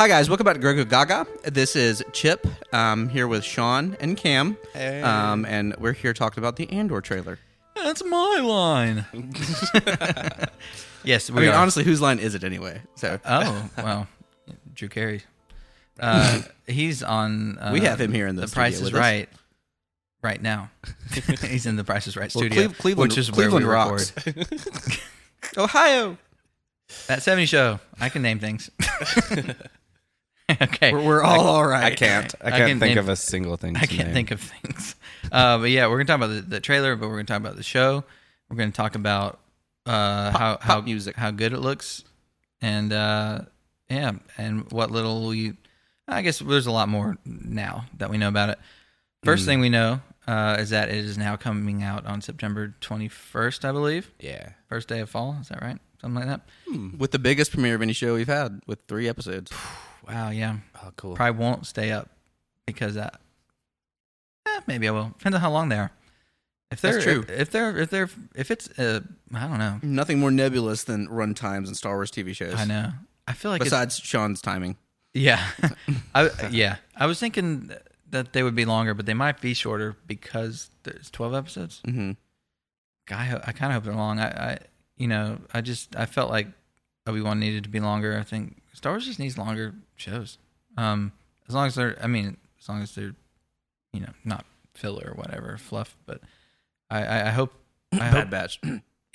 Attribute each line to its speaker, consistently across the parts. Speaker 1: Hi, guys. Welcome back to Grogu Gaga. This is Chip um, here with Sean and Cam.
Speaker 2: Hey.
Speaker 1: Um, and we're here talking about the Andor trailer.
Speaker 2: That's my line.
Speaker 3: Yes, we
Speaker 1: I mean,
Speaker 3: are.
Speaker 1: honestly, whose line is it anyway? So
Speaker 3: Oh wow, Drew Carey. Uh, he's on. Uh,
Speaker 1: We have him here in the studio
Speaker 3: Price is
Speaker 1: with us.
Speaker 3: Right. Right now, he's in the Price is Right
Speaker 1: Well,
Speaker 3: studio,
Speaker 1: Cleve- Cleveland-
Speaker 3: which is
Speaker 1: Cleveland
Speaker 3: where we
Speaker 1: rocks.
Speaker 3: record.
Speaker 1: Ohio.
Speaker 3: That seventy show. I can name things. okay,
Speaker 2: We're, we're all all right.
Speaker 3: I
Speaker 2: can't.
Speaker 3: I
Speaker 4: I can't
Speaker 3: can
Speaker 4: think
Speaker 3: name-
Speaker 4: of a single thing.
Speaker 3: I can't think of things. Uh, but yeah, we're gonna talk about the, the trailer, but we're gonna talk about the show. We're gonna talk about uh, how how
Speaker 1: music.
Speaker 3: how good it looks, and uh, yeah, and what little you. I guess there's a lot more now that we know about it. First thing we know uh, is that it is now coming out on September 21st, I believe,
Speaker 4: Yeah,
Speaker 3: first day of fall. Is that right? Something like that.
Speaker 1: With the biggest premiere of any show we've had, with three episodes.
Speaker 3: Wow, yeah.
Speaker 4: oh cool.
Speaker 3: Probably won't stay up because that. Eh, maybe I will. Depends on how long they are. If they're
Speaker 1: That's true.
Speaker 3: If, if they're if they're if it's uh, I don't know.
Speaker 1: Nothing more nebulous than run times in Star Wars TV shows.
Speaker 3: I know. I feel like it's-
Speaker 1: Besides Sean's timing.
Speaker 3: yeah, I yeah. I was thinking that they would be longer, but they might be shorter because there's twelve episodes.
Speaker 1: hmm
Speaker 3: I ho- I kind of hope they're long. I, I you know I just I felt like Obi Wan needed to be longer. I think Star Wars just needs longer shows. Um, as long as they're I mean as long as they're you know not filler or whatever fluff. But I I, I hope I
Speaker 1: Bad
Speaker 3: hope
Speaker 1: Batch.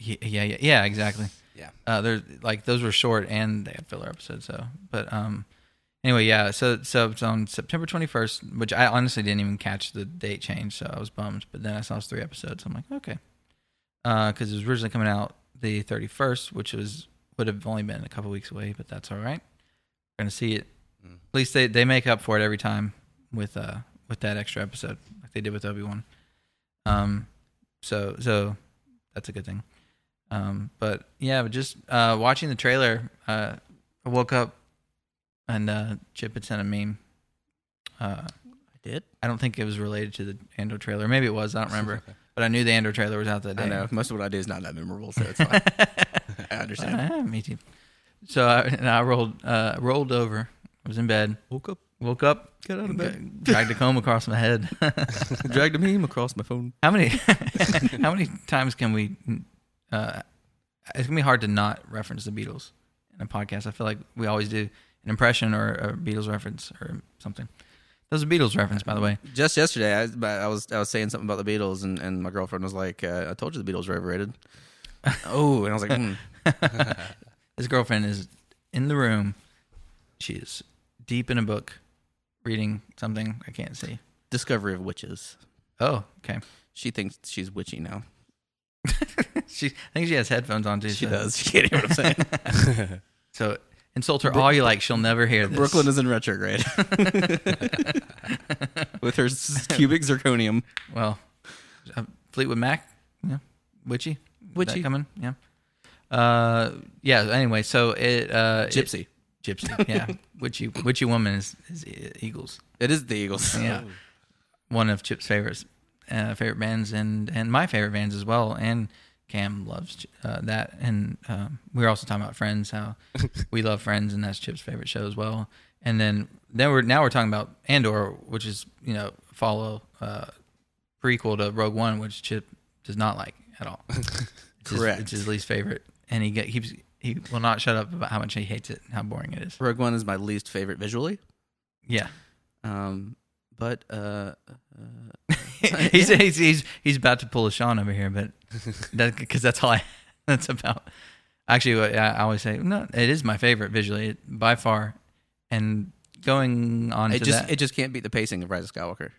Speaker 3: yeah yeah yeah, yeah exactly
Speaker 4: Yeah.
Speaker 3: Uh, they're like those were short and they had filler episodes. So but um anyway yeah so so it's on September twenty first, which I honestly didn't even catch the date change, so I was bummed. But then I saw it's three episodes. I'm like okay because it was originally coming out the 31st, which was would have only been a couple weeks away, but that's all right. We're gonna see it.
Speaker 4: Mm.
Speaker 3: At least they, they make up for it every time with uh with that extra episode, like they did with Obi Wan. Um, so so that's a good thing. Um, but yeah, but just uh watching the trailer, uh, I woke up and uh, Chip had sent a meme. Uh,
Speaker 1: I did?
Speaker 3: I don't think it was related to the Andor trailer. Maybe it was. I don't remember. but I knew the Andor trailer was out that day.
Speaker 1: I know. Most of what I do is not that memorable, so it's fine. I understand.
Speaker 3: Ah, me too. So I, and I rolled uh, rolled over. I was in bed.
Speaker 1: Woke up,
Speaker 3: Woke up.
Speaker 1: got out of bed,
Speaker 3: Dragged a comb across my head.
Speaker 1: dragged a meme across my phone.
Speaker 3: how many How many times can we? Uh, it's gonna be hard to not reference the Beatles in a podcast. I feel like we always do an impression or a Beatles reference or something. That was a Beatles reference, by the way.
Speaker 1: Just yesterday, I, but I was I was saying something about the Beatles, and, and my girlfriend was like, uh, "I told you the Beatles were overrated." oh, and I was like, mm.
Speaker 3: His girlfriend is in the room. She is deep in a book, reading something I can't see.
Speaker 1: "Discovery of Witches."
Speaker 3: Oh, okay.
Speaker 1: She thinks she's witchy now.
Speaker 3: She, I think she has headphones on too.
Speaker 1: She
Speaker 3: so-
Speaker 1: does. She can't hear what I'm saying.
Speaker 3: So insult her all you like. She'll never hear this.
Speaker 1: Brooklyn is in retrograde with her s- cubic zirconium.
Speaker 3: well, uh, Fleetwood Mac, yeah, witchy, Is that
Speaker 1: Witchy.
Speaker 3: coming, yeah, uh, yeah. Anyway, so it uh, it-
Speaker 1: Gypsy.
Speaker 3: gypsy, yeah, witchy, witchy woman is, is E-, Eagles,
Speaker 1: It is the Eagles.
Speaker 3: yeah, one of Chip's favorites, uh, favorite bands, and and my favorite bands as well, and. Cam loves uh, that, and um, we were also talking about Friends, how we love Friends, and that's Chip's favorite show as well. And then then we're now we're talking about Andor, which is you know follow uh, prequel to Rogue One, which Chip does not like at all. It's his-
Speaker 1: Correct.
Speaker 3: it's his least favorite, and he get, keeps he will not shut up about how much he hates it and how boring it is.
Speaker 1: Rogue One is my least favorite visually,
Speaker 3: Yeah,
Speaker 1: um, but uh, uh,
Speaker 3: he's, he's he's he's about to pull a Sean over here, but that because that's all I that's about. Actually, what I I always say no. It is my favorite visually it- by far, and going on
Speaker 1: it
Speaker 3: to
Speaker 1: just
Speaker 3: that,
Speaker 1: it just can't beat the pacing of Rise of Skywalker.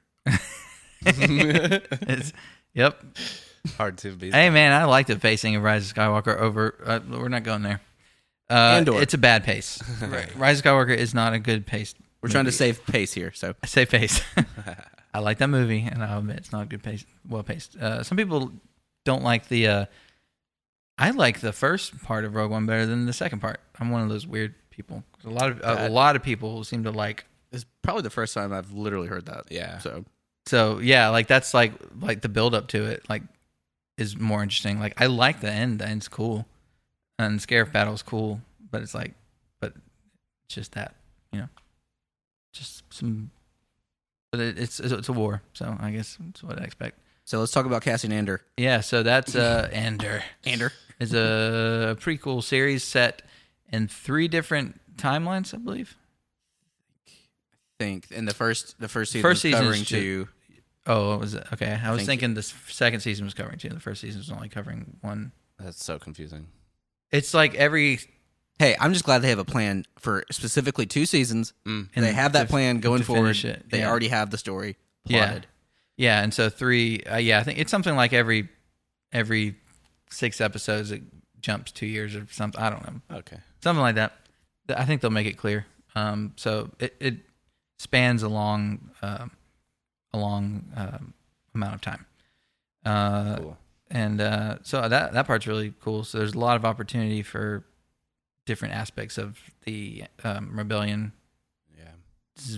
Speaker 3: it's, yep.
Speaker 4: Hard to be.
Speaker 3: Hey man, I like the pacing of Rise of Skywalker over. Uh, we're not going there. Uh,
Speaker 1: Andor.
Speaker 3: It's a bad pace. Rise of Skywalker is not a good pace.
Speaker 1: We're trying to save pace here, so
Speaker 3: I say pace. I like that movie, and I'll admit it's not good pace, well paced. Uh, some people don't like the. Uh, I like the first part of Rogue One better than the second part. I'm one of those weird people. A lot of a
Speaker 1: That-
Speaker 3: lot of people seem to like.
Speaker 1: it's probably the first time I've literally heard that.
Speaker 4: Yeah.
Speaker 1: So
Speaker 3: So yeah, like that's like like the build up to it like is more interesting. Like I like the end. The end's cool, and Scarif battle's cool, but it's like, but it's just that. you know, just some. But it, it's it's a war, so I guess that's what I expect.
Speaker 1: So let's talk about Cassiander.
Speaker 3: Yeah, so that's uh, Ander.
Speaker 1: Ander.
Speaker 3: is a prequel series set in three different timelines, I believe.
Speaker 1: Think and the first the first season
Speaker 3: First
Speaker 1: was
Speaker 3: season is
Speaker 1: covering
Speaker 3: ju-
Speaker 1: two.
Speaker 3: Oh, what was it? okay. I was
Speaker 1: Thank
Speaker 3: thinking this second season was covering two. The first season was only covering one.
Speaker 4: That's so confusing.
Speaker 3: It's like every
Speaker 1: Hey, I'm just glad they have a plan for specifically two seasons.
Speaker 4: Mm.
Speaker 1: And they have that
Speaker 3: to-
Speaker 1: plan going
Speaker 3: to
Speaker 1: forward.
Speaker 3: finish it,
Speaker 1: They
Speaker 3: yeah.
Speaker 1: already have the story
Speaker 3: Yeah.
Speaker 1: plotted.
Speaker 3: yeah, and so three. Uh, yeah, I think it's something like every every six episodes it jumps two years or something. I don't know.
Speaker 4: Okay.
Speaker 3: something like that. Th- I think they'll make it clear. Um, so it, it spans a long, um a long um, amount of time, uh,
Speaker 4: Cool.
Speaker 3: and uh, so that that part's really cool. So there's a lot of opportunity for different aspects of the um, rebellion.
Speaker 4: Yeah.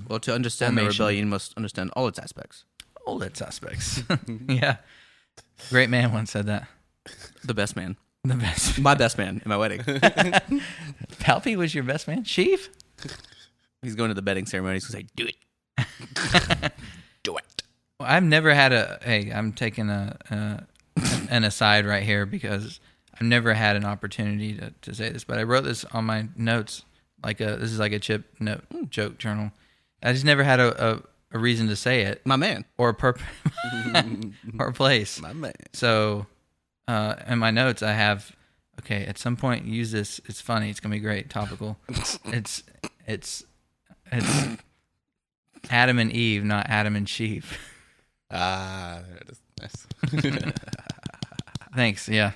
Speaker 1: Well, to understand the
Speaker 3: Formation.
Speaker 1: rebellion, you must understand all its aspects.
Speaker 3: All its aspects. yeah, great man once said that.
Speaker 1: The best man,
Speaker 3: The best
Speaker 1: my best man, at my wedding.
Speaker 3: Palpy was your best man, Chief.
Speaker 1: He's going to the bedding ceremony. He's gonna say, "Do it, do it."
Speaker 3: Well, I've never had a. Hey, I'm taking a, a an aside right here because I've never had an opportunity to, to say this, but I wrote this on my notes. Like a this is like a chip note joke journal. I just never had a, a, a reason to say it
Speaker 1: My man,
Speaker 3: or a purpose or a place.
Speaker 4: My man.
Speaker 3: So uh, in my notes, I have okay. At some point, use this. It's funny. It's gonna be great. Topical. it's it's it's Adam and Eve, not Adam and Sheep.
Speaker 4: Ah, there it is. Nice.
Speaker 3: Thanks. Yeah.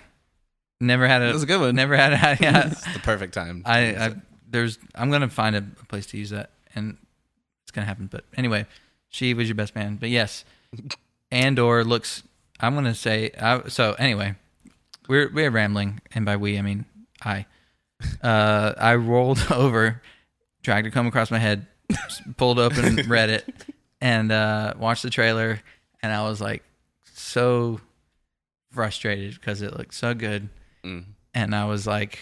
Speaker 3: Never had
Speaker 1: that was
Speaker 3: a
Speaker 1: a good one.
Speaker 3: never had a yeah. Uh,
Speaker 4: it's the perfect time.
Speaker 3: I, I there's I'm gonna find a, a place to use that and it's gonna happen. But anyway, she was your best man. But yes, Andor looks. I'm gonna say I, so. Anyway, we're we're rambling, and by we I mean I. Uh, I rolled over, dragged a comb across my head, s- pulled open, read it, and uh, watched the trailer, and I was like so frustrated because it looked so good
Speaker 4: Mm.
Speaker 3: and I was like,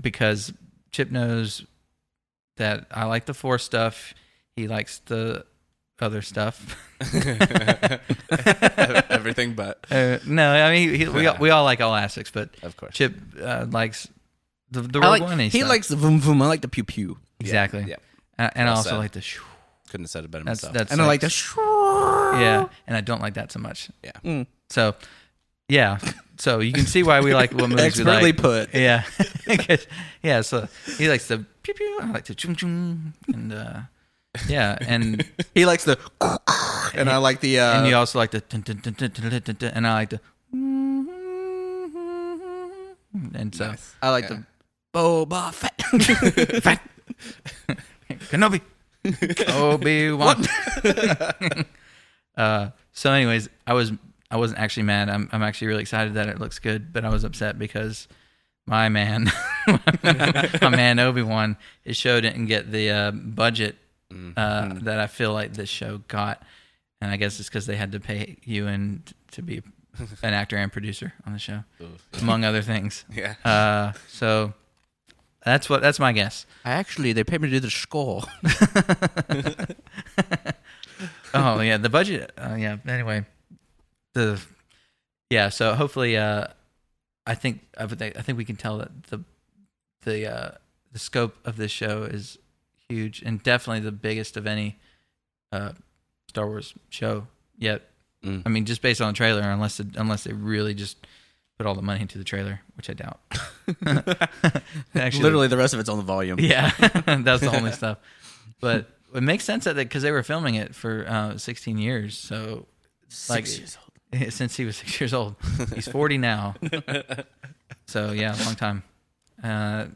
Speaker 3: because Chip knows that I like the force stuff, he likes the other stuff.
Speaker 4: Everything but,
Speaker 3: Uh, no, I mean he, we all, we all like all aspects, but
Speaker 4: of course.
Speaker 3: Chip uh, likes the the
Speaker 1: I
Speaker 3: Rogue
Speaker 1: like,
Speaker 3: One.
Speaker 1: he
Speaker 3: stuff.
Speaker 1: likes the vroom vroom. I like the pew pew,
Speaker 3: exactly,
Speaker 4: Yeah.
Speaker 3: and, and I
Speaker 4: Well
Speaker 3: also
Speaker 4: said.
Speaker 3: like the shoo.
Speaker 4: Couldn't have said it better
Speaker 3: That's
Speaker 4: myself.
Speaker 3: that's
Speaker 1: and I like the.
Speaker 3: yeah, and I don't like that so much.
Speaker 4: Yeah.
Speaker 1: Mm.
Speaker 3: So, yeah, so you can see why we like what movies we
Speaker 1: Expertly
Speaker 3: like.
Speaker 1: put.
Speaker 3: Yeah, 'Cause- yeah. So he likes the pew pew. I like the chung chung, and uh, yeah, and
Speaker 1: He likes the, and I like the. Uh,
Speaker 3: and you also like the dun, dun, dun, dun, dun, dun, dun, dun, and I like the and so
Speaker 1: I like the Boba Fett. Fett.
Speaker 3: Kenobi, Obi Wan. uh, so, anyways, I was I wasn't actually mad. I'm I'm actually really excited that it looks good, but I was upset because my man, my man Obi Wan, his show didn't get the uh, budget uh, that I feel like this show got, and I guess it's because they had to pay you and to be an actor and producer on the show, among other things.
Speaker 4: yeah.
Speaker 3: Uh, so. That's what. That's my guess.
Speaker 1: Actually, they paid me to do the score.
Speaker 3: oh yeah, the budget. Uh, yeah. Anyway, the yeah. So hopefully, uh, I think I would think- I think we can tell that the the uh, the scope of this show is huge and definitely the biggest of any uh, Star Wars show yet.
Speaker 4: Mm.
Speaker 3: I mean, just based on the trailer, unless it, unless they really just put all the money into the trailer, which I doubt. Actually,
Speaker 1: Literally, the rest of it's on the volume.
Speaker 3: yeah, that's the only stuff. But it makes sense that because they were filming it for uh, 16 years, so like
Speaker 1: Six years old.
Speaker 3: since he was six years old, he's 40 now. so yeah, long time. Uh,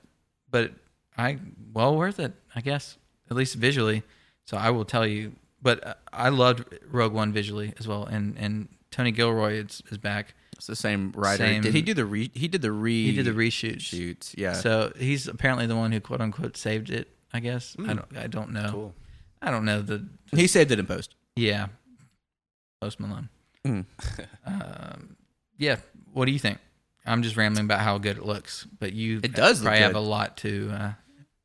Speaker 3: but I well worth it, I guess, at least visually. So I will tell you. But uh, I loved Rogue One visually as well, and and Tony Gilroy is, is back.
Speaker 1: It's the same writer.
Speaker 3: Same-
Speaker 1: Did he do the re? He did the re.
Speaker 3: He did the reshoots.
Speaker 1: shoots. Yeah.
Speaker 3: So he's apparently the one who quote unquote saved it. I guess I don't. I don't know.
Speaker 4: Cool.
Speaker 3: I don't know the.
Speaker 1: he saved it in post.
Speaker 3: Yeah, Post Malone.
Speaker 1: Mm.
Speaker 3: um, yeah. What do you think? I'm just rambling about how good it looks, but you
Speaker 1: It does look
Speaker 3: probably have
Speaker 1: good.
Speaker 3: a lot to uh,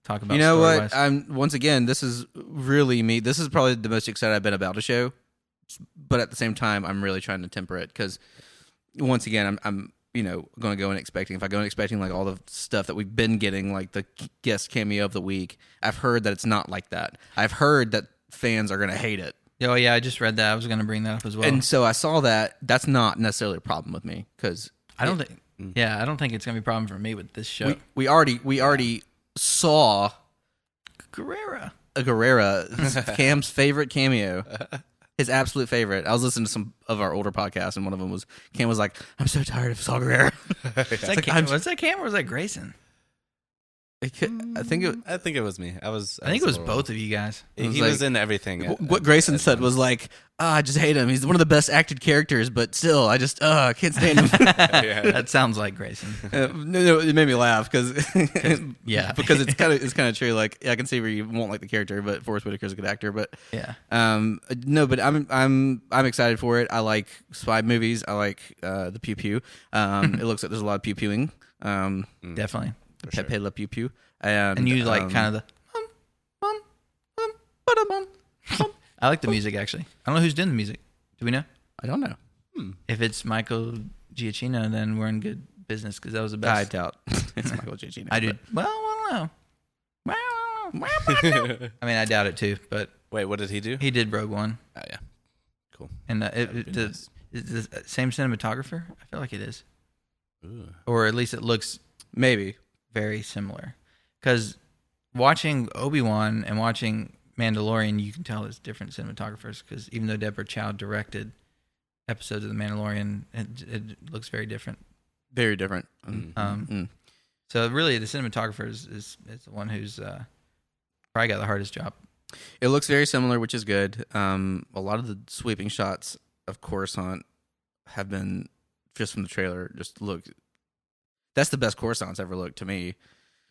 Speaker 3: talk about.
Speaker 1: You know what?
Speaker 3: story-wise.
Speaker 1: I'm once again. This is really me. This is probably the most excited I've been about a show, but at the same time, I'm really trying to temper it because once again, I'm, I'm you know going to go in expecting. If I go in expecting like all the stuff that we've been getting, like the guest cameo of the week, I've heard that it's not like that. I've heard that fans are going to hate it,
Speaker 3: oh yeah, I just read that. I was going to bring that up as well.
Speaker 1: and so I saw that. That's not necessarily a problem with me because
Speaker 3: I don't think. Yeah, I don't think it's going to be a problem for me with this show.
Speaker 1: Mm. we, we already we already saw
Speaker 3: Guerrera.
Speaker 1: a Guerrera, Cam's favorite cameo. His absolute favorite. I was listening to some of our older podcasts, and one of them was Cam was like, "I'm so tired of Saw Guerrera."
Speaker 3: Was that, Cam, was that Cam or was that Grayson?
Speaker 1: I ca- I think it,
Speaker 4: I think it was me. I was.
Speaker 3: I think it was
Speaker 4: a little-
Speaker 3: both of you guys.
Speaker 1: It was
Speaker 4: He
Speaker 1: like-
Speaker 4: was in everything. at-
Speaker 1: what
Speaker 4: at-
Speaker 1: Grayson
Speaker 4: at
Speaker 1: said
Speaker 4: once.
Speaker 1: was like, "Ah, "I just hate him. He's one of the best acted characters, but still, I just uh, I can't stand him."
Speaker 4: yeah.
Speaker 3: That sounds like Grayson.
Speaker 1: Uh, no, no, it made me laugh because
Speaker 3: yeah.
Speaker 1: because it's kind of it's kind of true. Like I can see where you won't like the character, but Forrest Whitaker's a good actor, but
Speaker 3: Yeah.
Speaker 1: Um, no, but I'm I'm I'm excited for it. I like spy movies. I like uh, the pew pew. Um, it looks like there's a lot of pew pewing. Um,
Speaker 3: Definitely.
Speaker 1: Pepe Le Pew Pew. And,
Speaker 3: And you like kind of the. Um, um, um, ba-da-bum, bum. I like the music actually. I don't know who's doing the music. Do we know?
Speaker 1: I don't know.
Speaker 3: If it's Michael Giacchino, then we're in good business because that was the
Speaker 1: I
Speaker 3: best.
Speaker 1: doubt it's Michael Giacchino.
Speaker 3: I, do. Well, I don't know. Well, I don't know. I mean, I doubt it too, but
Speaker 4: Wait, what did he do?
Speaker 3: he did Rogue One,
Speaker 4: oh yeah.
Speaker 3: and uh, it, it,
Speaker 4: be
Speaker 3: the,
Speaker 4: nice.
Speaker 3: is the same cinematographer. I feel like it is,
Speaker 4: Ooh.
Speaker 3: or at least it looks
Speaker 1: Maybe.
Speaker 3: very similar. Because watching Obi Wan and watching Mandalorian, you can tell it's different cinematographers. Because even though Deborah Chow directed episodes of The Mandalorian, it, it looks very different.
Speaker 1: Very different.
Speaker 4: mm-hmm.
Speaker 3: Um,
Speaker 1: Mm.
Speaker 3: So really, the cinematographer is, is, is the one who's uh, probably got the hardest job.
Speaker 1: It looks very similar, which is good. Um, a lot of the sweeping shots of Coruscant have been just from the trailer. Just look. That's the best Coruscant's ever looked to me.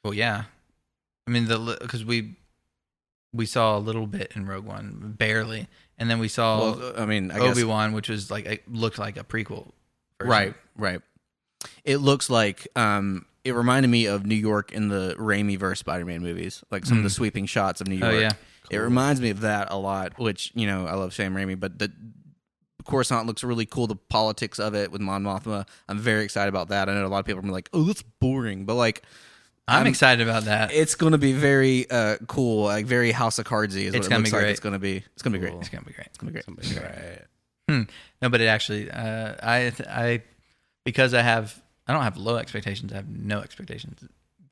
Speaker 3: Well, yeah, I mean the because we we saw a little bit in Rogue One, barely, and then we saw
Speaker 1: well, I mean, I guess
Speaker 3: Obi Wan, which was like it looked like a prequel. version.
Speaker 1: Right, right. It looks like um it reminded me of New York in the Raimi verse Spider-Man movies, like some of the sweeping shots of New
Speaker 3: Oh
Speaker 1: York.
Speaker 3: yeah.
Speaker 1: It reminds me of that a lot, which, you know, I love Sam Raimi, but the Coruscant looks really cool. The politics of it with Mon Mothma, I'm very excited about that. I know a lot of people are like, "Oh, that's boring," but like,
Speaker 3: I'm,
Speaker 1: I'm-
Speaker 3: excited about that.
Speaker 1: it's going to be very uh, cool, like very House of Cardsy is what
Speaker 3: It's
Speaker 1: it
Speaker 3: gonna
Speaker 1: looks
Speaker 3: be
Speaker 1: like.
Speaker 3: great.
Speaker 1: It's going to be, it's going to be
Speaker 3: It's
Speaker 1: great.
Speaker 3: gonna be great.
Speaker 1: It's going to be great.
Speaker 4: Somebody- Right.
Speaker 3: No, but it actually, uh, I, I, because I have, I don't have low expectations. I have no expectations,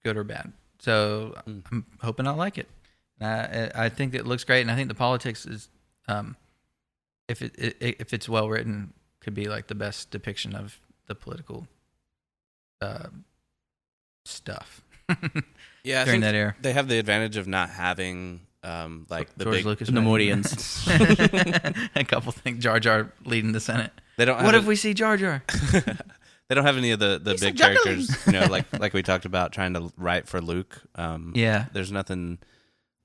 Speaker 3: good or bad. So
Speaker 4: Hmm.
Speaker 3: I'm hoping I'll like it. Uh, I I think it looks great, and I think the politics is, um, if it, it if it's well written, could be like the best depiction of the political, uh, stuff
Speaker 4: Yeah, I
Speaker 3: during
Speaker 4: think
Speaker 3: that era.
Speaker 4: they have the advantage of not having um like the
Speaker 3: George
Speaker 4: big.
Speaker 3: Lucas,
Speaker 1: Nemoidians.
Speaker 3: a couple things. Jar Jar leading the Senate.
Speaker 4: They don't.
Speaker 3: What
Speaker 4: have
Speaker 3: if we see Jar Jar?
Speaker 4: they don't have any of the, the big characters, you know, like like we talked about trying to write for Luke. Um,
Speaker 3: Yeah.
Speaker 4: there's nothing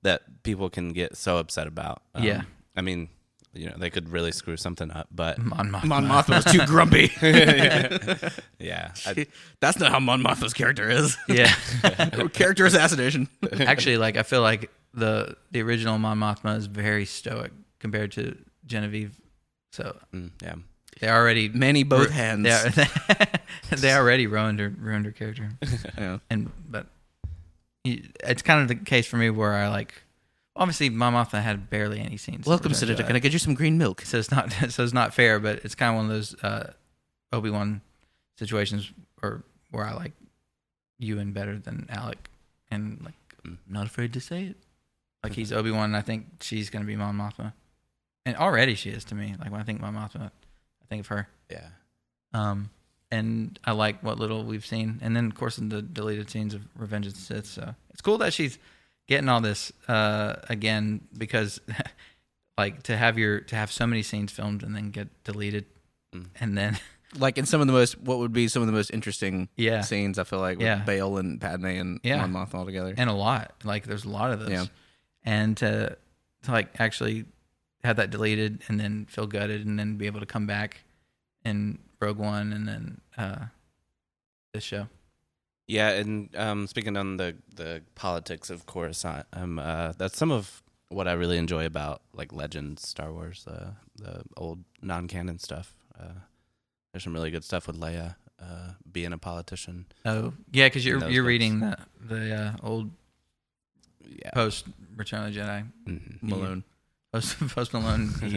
Speaker 4: that people can get so upset about. Um,
Speaker 3: Yeah. Mm.
Speaker 4: I mean, you know, they could really screw something up, but
Speaker 3: Mon Mothma.
Speaker 1: Mon Mothma was too grumpy.
Speaker 4: yeah, I,
Speaker 1: That's not how Mon Mothma's character is.
Speaker 3: Yeah.
Speaker 1: character assassination.
Speaker 3: Actually, like I feel like the the original Mon Mothma is very stoic compared to Genevieve. So
Speaker 4: mm, yeah.
Speaker 3: they already
Speaker 1: Many both
Speaker 3: ru-
Speaker 1: hands.
Speaker 3: They, are- they already ruined her ruined her character.
Speaker 1: Yeah.
Speaker 3: And but you- it's kind of the case for me where I like obviously Mon Mothma had barely any scenes. in
Speaker 1: Welcome,
Speaker 3: Revenge of
Speaker 1: Senator.
Speaker 3: the
Speaker 1: Can I get you some green milk?
Speaker 3: so it's not so it's not fair, but it's kind of one of those uh, Obi Wan situations or where I like Ewan better than Alec, and like I'm not afraid to say it. Like he's Obi Wan, and I think she's gonna be Mon Mothma, and already she is to me. Like when I think Mon Mothma, I think of her.
Speaker 4: Yeah.
Speaker 3: Um, and I like what little we've seen, and then of course in the deleted scenes of Revenge of the Sith. So it's cool that she's getting all this uh, again because, like, to have your to have so many scenes filmed and then get deleted,
Speaker 4: Mm.
Speaker 3: and then
Speaker 1: Like in some of the most, what would be some of the most interesting
Speaker 3: yeah,
Speaker 1: scenes, I feel like, with
Speaker 3: Yeah.
Speaker 1: Bale and Padme and
Speaker 3: Yeah.
Speaker 1: Mon Mothma all together.
Speaker 3: and a lot. Like there's a lot of those,
Speaker 1: Yeah.
Speaker 3: and to to like actually have that deleted and then feel gutted and then be able to come back in Rogue One and then uh, this show.
Speaker 4: Yeah, and um, speaking on the the politics of Coruscant, um, uh, that's some of what I really enjoy about like Legends, Star Wars, uh, the old non canon stuff. Uh, there's some really good stuff with Leia uh, being a politician.
Speaker 3: Oh, yeah, because you're
Speaker 4: Those
Speaker 3: you're
Speaker 4: books.
Speaker 3: reading the the uh, old
Speaker 4: Yeah,
Speaker 3: post Return of the Jedi
Speaker 4: Mhm.
Speaker 1: Malone.
Speaker 3: post post Malone Mm-hmm.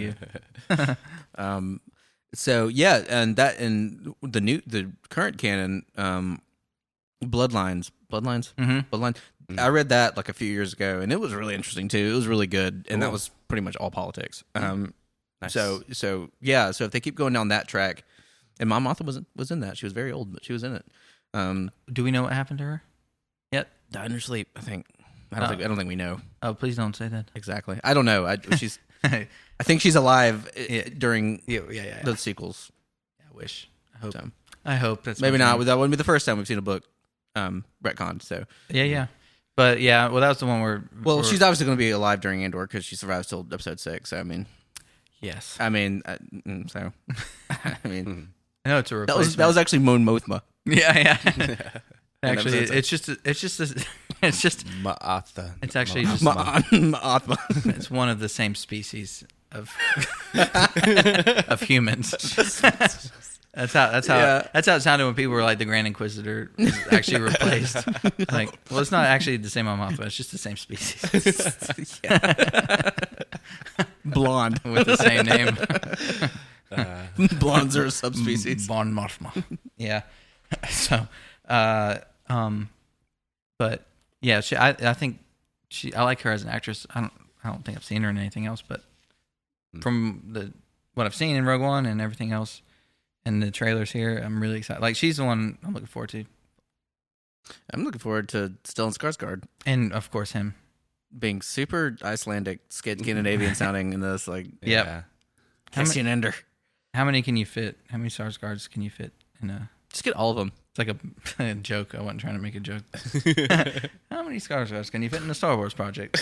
Speaker 3: EU.
Speaker 1: Um, so yeah, and that and the new the current canon, um, Bloodlines, Bloodlines,
Speaker 3: Mhm.
Speaker 1: Bloodlines. I read that like a few years ago, and it was really interesting too. It was really good, and that was pretty much all politics. Um,
Speaker 4: Nice.
Speaker 1: so so yeah, so if they keep going down that track, and Mom Martha was was in that. She was very old, but she was in it. Um,
Speaker 3: Do we know what happened to her?
Speaker 1: died in her sleep, I think. I don't
Speaker 3: Uh,
Speaker 1: think I don't think we know
Speaker 3: Oh, please don't say that.
Speaker 1: exactly. I don't know. I she's
Speaker 3: yeah,
Speaker 1: I think she's alive i- during
Speaker 3: yeah, yeah, yeah.
Speaker 1: the sequels.
Speaker 3: I wish. I hope.
Speaker 1: So.
Speaker 3: I hope that's
Speaker 1: Maybe
Speaker 3: what
Speaker 1: not.
Speaker 3: I'm-
Speaker 1: That wouldn't be the first time we've seen a book um, retconned. So,
Speaker 3: Yeah, yeah. But yeah, well, that was the one where.
Speaker 1: well,
Speaker 3: where-
Speaker 1: she's obviously going to be alive during Andor because she survives till episode six. So, I mean,
Speaker 3: yes.
Speaker 1: I mean, I, mm, so I mean,
Speaker 4: Mm-hmm.
Speaker 3: I know it's a replacement.
Speaker 1: that was that was actually Mon Mothma.
Speaker 3: yeah, yeah. actually,
Speaker 1: episode
Speaker 3: it's just a, it's just a, it's just
Speaker 4: Ma'atha.
Speaker 3: It's actually
Speaker 4: Ma'atha.
Speaker 3: just-
Speaker 4: Ma-
Speaker 1: Ma- Mothma.
Speaker 3: it's one of the same species of of humans. That's how that's how
Speaker 1: Yeah.
Speaker 3: that's how it sounded when people were like the Grand Inquisitor was actually replaced. like, well, it's not actually the same Amalfa; it's just the same species
Speaker 1: Blonde.
Speaker 3: with the same name,
Speaker 1: Blondes are a subspecies.
Speaker 3: Bon Mothma. Yeah. So, uh, um, but yeah, she. I I think she. I like her as an actress. I don't. I don't think I've seen her in anything else, but from the what I've seen in Rogue One and everything else, and the trailers here, I'm really excited. Like she's the one I'm looking forward to,
Speaker 1: I'm looking forward to Stellan Skarsgård
Speaker 3: and of course him.
Speaker 1: being super Icelandic, Scandinavian sounding in this. Like,
Speaker 3: Yep.
Speaker 4: Yeah.
Speaker 3: How ma-
Speaker 1: Cassian Ender.
Speaker 3: How many can you fit? How many SARS guards can you fit in a?
Speaker 1: Just get all of them.
Speaker 3: It's like a, a joke. I wasn't trying to make a joke. How many SARS guards can you fit in the Star Wars project?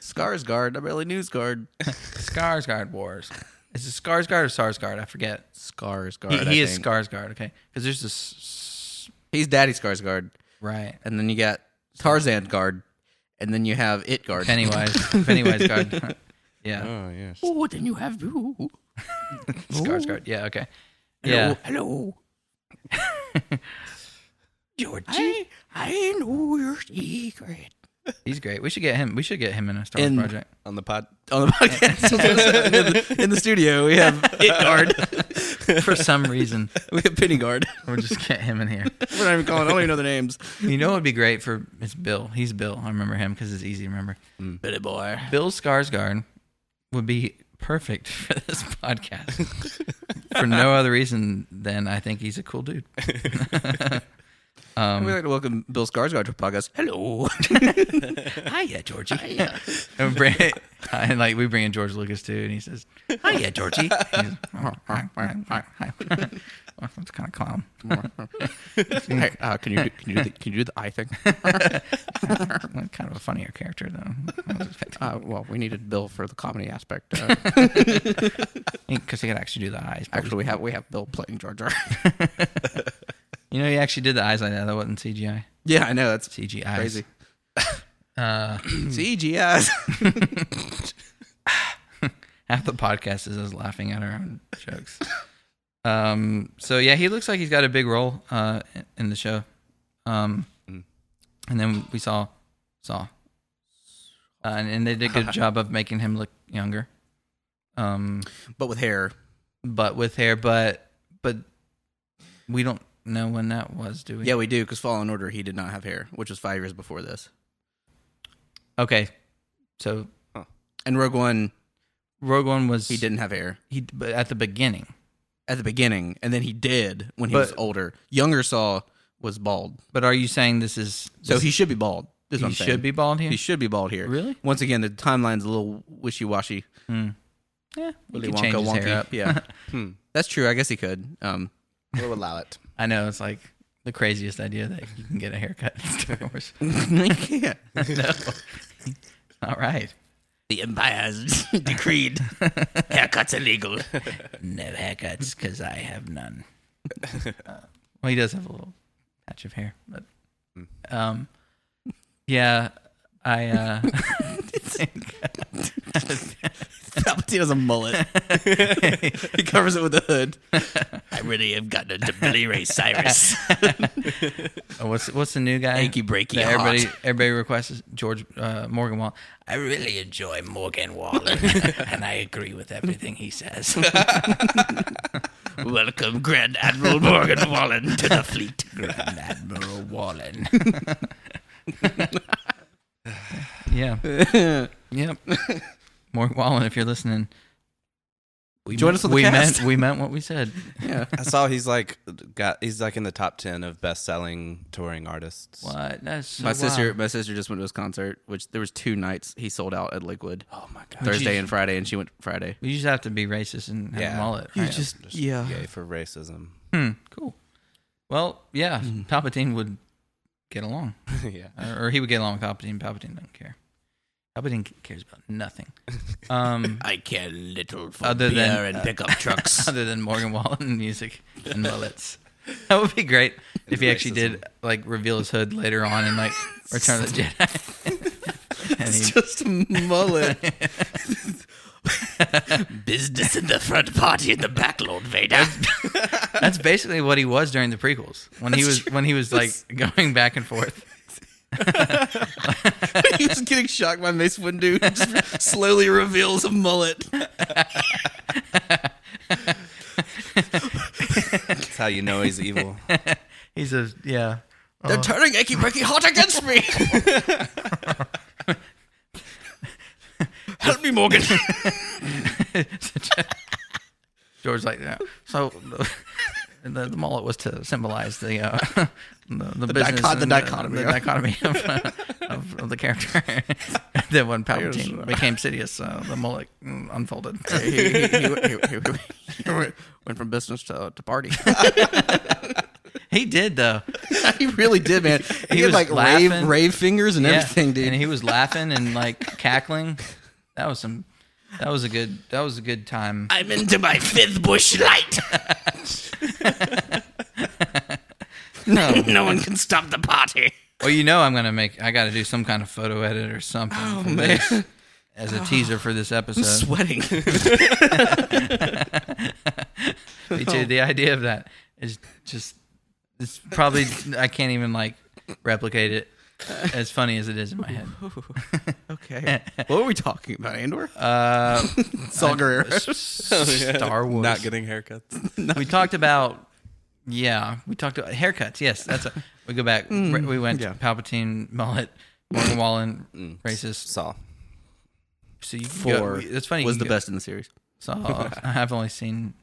Speaker 1: Skarsgård. I barely knew Skarsgård.
Speaker 3: SARS guard wars. Is it SARS guard or SARS guard? I forget.
Speaker 1: Skarsgård.
Speaker 3: He,
Speaker 1: I
Speaker 3: he is
Speaker 1: think.
Speaker 3: SARS guard. Okay, because there's this.
Speaker 1: He's Daddy Skarsgård.
Speaker 3: Right.
Speaker 1: and then you got Tarzan guard, and then you have it guard.
Speaker 3: Pennywise. Pennywise guard. yeah.
Speaker 4: Oh yes.
Speaker 1: Oh, then you have you.
Speaker 3: SARS guard. Yeah. Okay.
Speaker 1: Hello,
Speaker 3: Yeah.
Speaker 1: hello. Georgie, I, I know your secret.
Speaker 3: He's great. We should get him. We should get him in a Star
Speaker 1: And-
Speaker 3: Wars project.
Speaker 4: On the pod.
Speaker 1: On the podcast, in, the, in the studio, we have it guard.
Speaker 3: For some reason,
Speaker 1: We have penny guard.
Speaker 3: we'll just get him in here.
Speaker 1: We're not even calling. I don't even know the names.
Speaker 3: You know, it'd be great for it's Bill. He's Bill. I remember him because it's easy to remember.
Speaker 1: Billy boy.
Speaker 3: Mm. Bill Skarsgård would be perfect for this podcast for no other reason than I think he's a cool dude. Um,
Speaker 1: We'd like to welcome Bill Skarsgård to the podcast. Hello.
Speaker 3: Hiya, Georgie. and, bring, and like we bring in George Lucas too, and he says, "Hiya, Georgie." He's, "Oh, hi, hi, hi, hi." That's kind of clown.
Speaker 1: Hey, uh, can you do, can you do the, can you do the I thing?
Speaker 3: kind of a funnier character though. I was expecting-
Speaker 1: Uh, well, we needed Bill for the comedy aspect. Uh,
Speaker 3: because he could actually do the eyes. but
Speaker 1: actually, we have we have Bill playing Jar Jar.
Speaker 3: you know, he actually did the eyes like that. That wasn't CGI.
Speaker 1: yeah, I know that's
Speaker 3: CGI. 's.
Speaker 1: crazy.
Speaker 3: Uh,
Speaker 1: CGI.
Speaker 3: half the podcast is us laughing at our own jokes. Um. So yeah, he looks like he's got a big role uh in the show. Um,
Speaker 1: Mm.
Speaker 3: and then we saw saw, uh, and, and they did a good job of making him look younger. Um,
Speaker 1: but with hair.
Speaker 3: but with hair, but but we don't know when that was, do we?
Speaker 1: Yeah, we do because Fallen Order he did not have hair, which was five years before this.
Speaker 3: Okay. So
Speaker 1: And Rogue One
Speaker 3: Rogue One was
Speaker 1: he didn't have hair
Speaker 3: he but at the beginning.
Speaker 1: at the beginning, and then he did when he was
Speaker 3: But-
Speaker 1: older. Younger Saw was bald,
Speaker 3: But are you saying this is
Speaker 1: so
Speaker 3: this-
Speaker 1: he should be bald. Is what
Speaker 3: he
Speaker 1: I'm
Speaker 3: should
Speaker 1: saying.
Speaker 3: be bald here?
Speaker 1: He should be bald here.
Speaker 3: Really? Hmm.
Speaker 1: Once again, the timeline's a little wishy washy.
Speaker 3: yeah, we
Speaker 1: Willy
Speaker 3: could
Speaker 1: Wonka
Speaker 3: change his
Speaker 1: wonky.
Speaker 3: hair up.
Speaker 1: Yeah,
Speaker 4: Hmm.
Speaker 1: that's true. I guess he could. Um,
Speaker 4: We'll allow it.
Speaker 3: I know it's like the craziest idea that you can get a haircut in Star Wars.
Speaker 1: he can't.
Speaker 3: no, all right,
Speaker 1: The Empire's decreed haircuts illegal.
Speaker 3: no haircuts because I have none. Uh, well, he does have a little patch of hair, but
Speaker 1: Hmm.
Speaker 3: Um, yeah, I. Uh, think-
Speaker 1: Palpatine has a mullet. he covers it with a hood. I really have gotten into Billy Ray Cyrus.
Speaker 3: oh, what's what's the new guy?
Speaker 1: Achy breaky
Speaker 3: that
Speaker 1: heart.
Speaker 3: everybody everybody requests is George uh, Morgan Wall. I really enjoy Morgan Wallen, and I agree with everything he says.
Speaker 1: Welcome, Grand Admiral Morgan Wallen, to the fleet.
Speaker 3: Grand Admiral Wallen. yeah. Yep. Morgan Wallen, if you're listening. We
Speaker 1: Join
Speaker 3: meant-
Speaker 1: us on the
Speaker 3: we
Speaker 1: cast.
Speaker 3: meant we meant what we said.
Speaker 1: Yeah.
Speaker 4: I saw he's like got he's like in the top ten of best selling touring artists.
Speaker 3: What? That's so
Speaker 1: My sister,
Speaker 3: wild.
Speaker 1: my sister just went to his concert, which there was two nights he sold out at Lakewood,
Speaker 4: Oh my god!
Speaker 1: Thursday and Friday, and she went Friday.
Speaker 3: You just have to be racist and have
Speaker 4: Yeah.
Speaker 3: a mullet. right?
Speaker 4: Just Yay for racism.
Speaker 3: Hmm, cool. Well, yeah, Palpatine would get along,
Speaker 4: yeah.
Speaker 3: or, or he would get along with Palpatine. Palpatine doesn't care. Palpatine c- cares about nothing, um,
Speaker 1: I care little for
Speaker 3: Other beer than- and
Speaker 1: pickup trucks.
Speaker 3: other than Morgan Wallen and music and mullets. That would be great if he actually did like reveal his hood later on in like Return of the Jedi. and
Speaker 1: It's
Speaker 3: he,
Speaker 1: just a mullet. Business in the front, party in the back, Lord Vader.
Speaker 3: that's basically what he was during the prequels when he
Speaker 1: That's
Speaker 3: was
Speaker 1: true.
Speaker 3: when he was like going back and forth.
Speaker 1: he was getting shocked by Mace Windu. who Just slowly reveals a mullet.
Speaker 4: That's how you know he's evil.
Speaker 3: He's a yeah.
Speaker 1: They're turning achy breaky hot against me. Help me, Morgan.
Speaker 3: George like that. So the, the mullet was to symbolize the uh, the, the, business
Speaker 1: dichot- the
Speaker 3: and
Speaker 1: dichotomy.
Speaker 3: the, dichotomy of, uh, of, of the character. then when Palpatine became Sidious, uh, the mullet mm, unfolded.
Speaker 1: he, he- he- he- he went from business to, to party.
Speaker 3: He did though.
Speaker 1: he really did, man. He,
Speaker 3: He
Speaker 1: had
Speaker 3: was
Speaker 1: like
Speaker 3: laughing.
Speaker 1: rave, rave fingers and
Speaker 3: Yeah.
Speaker 1: everything, dude.
Speaker 3: And he was laughing and like cackling. That was some. That was a good. That was a good time.
Speaker 1: I'm into my fifth bush light.
Speaker 3: No.
Speaker 1: no one can stop the party.
Speaker 3: Well, you know, I'm gonna make. I got to do some kind of photo edit or something. Oh
Speaker 1: man.
Speaker 3: As a teaser for this
Speaker 1: Uh,
Speaker 3: episode.
Speaker 1: Sweating.
Speaker 3: Me too. The idea of that is just it's probably I can't even like replicate it as funny as it is in my head.
Speaker 1: okay. What were we talking about, Andor?
Speaker 3: Uh,
Speaker 1: Saul Guerrero. Oh,
Speaker 3: Star Wars.
Speaker 4: Oh, Not getting haircuts.
Speaker 3: We talked about yeah. We talked about haircuts. Yes, that's a, we go back. we went
Speaker 1: yeah.
Speaker 3: Palpatine mullet. Morgan Wallen, racist.
Speaker 4: Saul.
Speaker 3: So you can go-
Speaker 1: Four.
Speaker 3: That's funny. you
Speaker 1: Was the
Speaker 3: can go-
Speaker 1: best in the series.
Speaker 3: So I've only seen.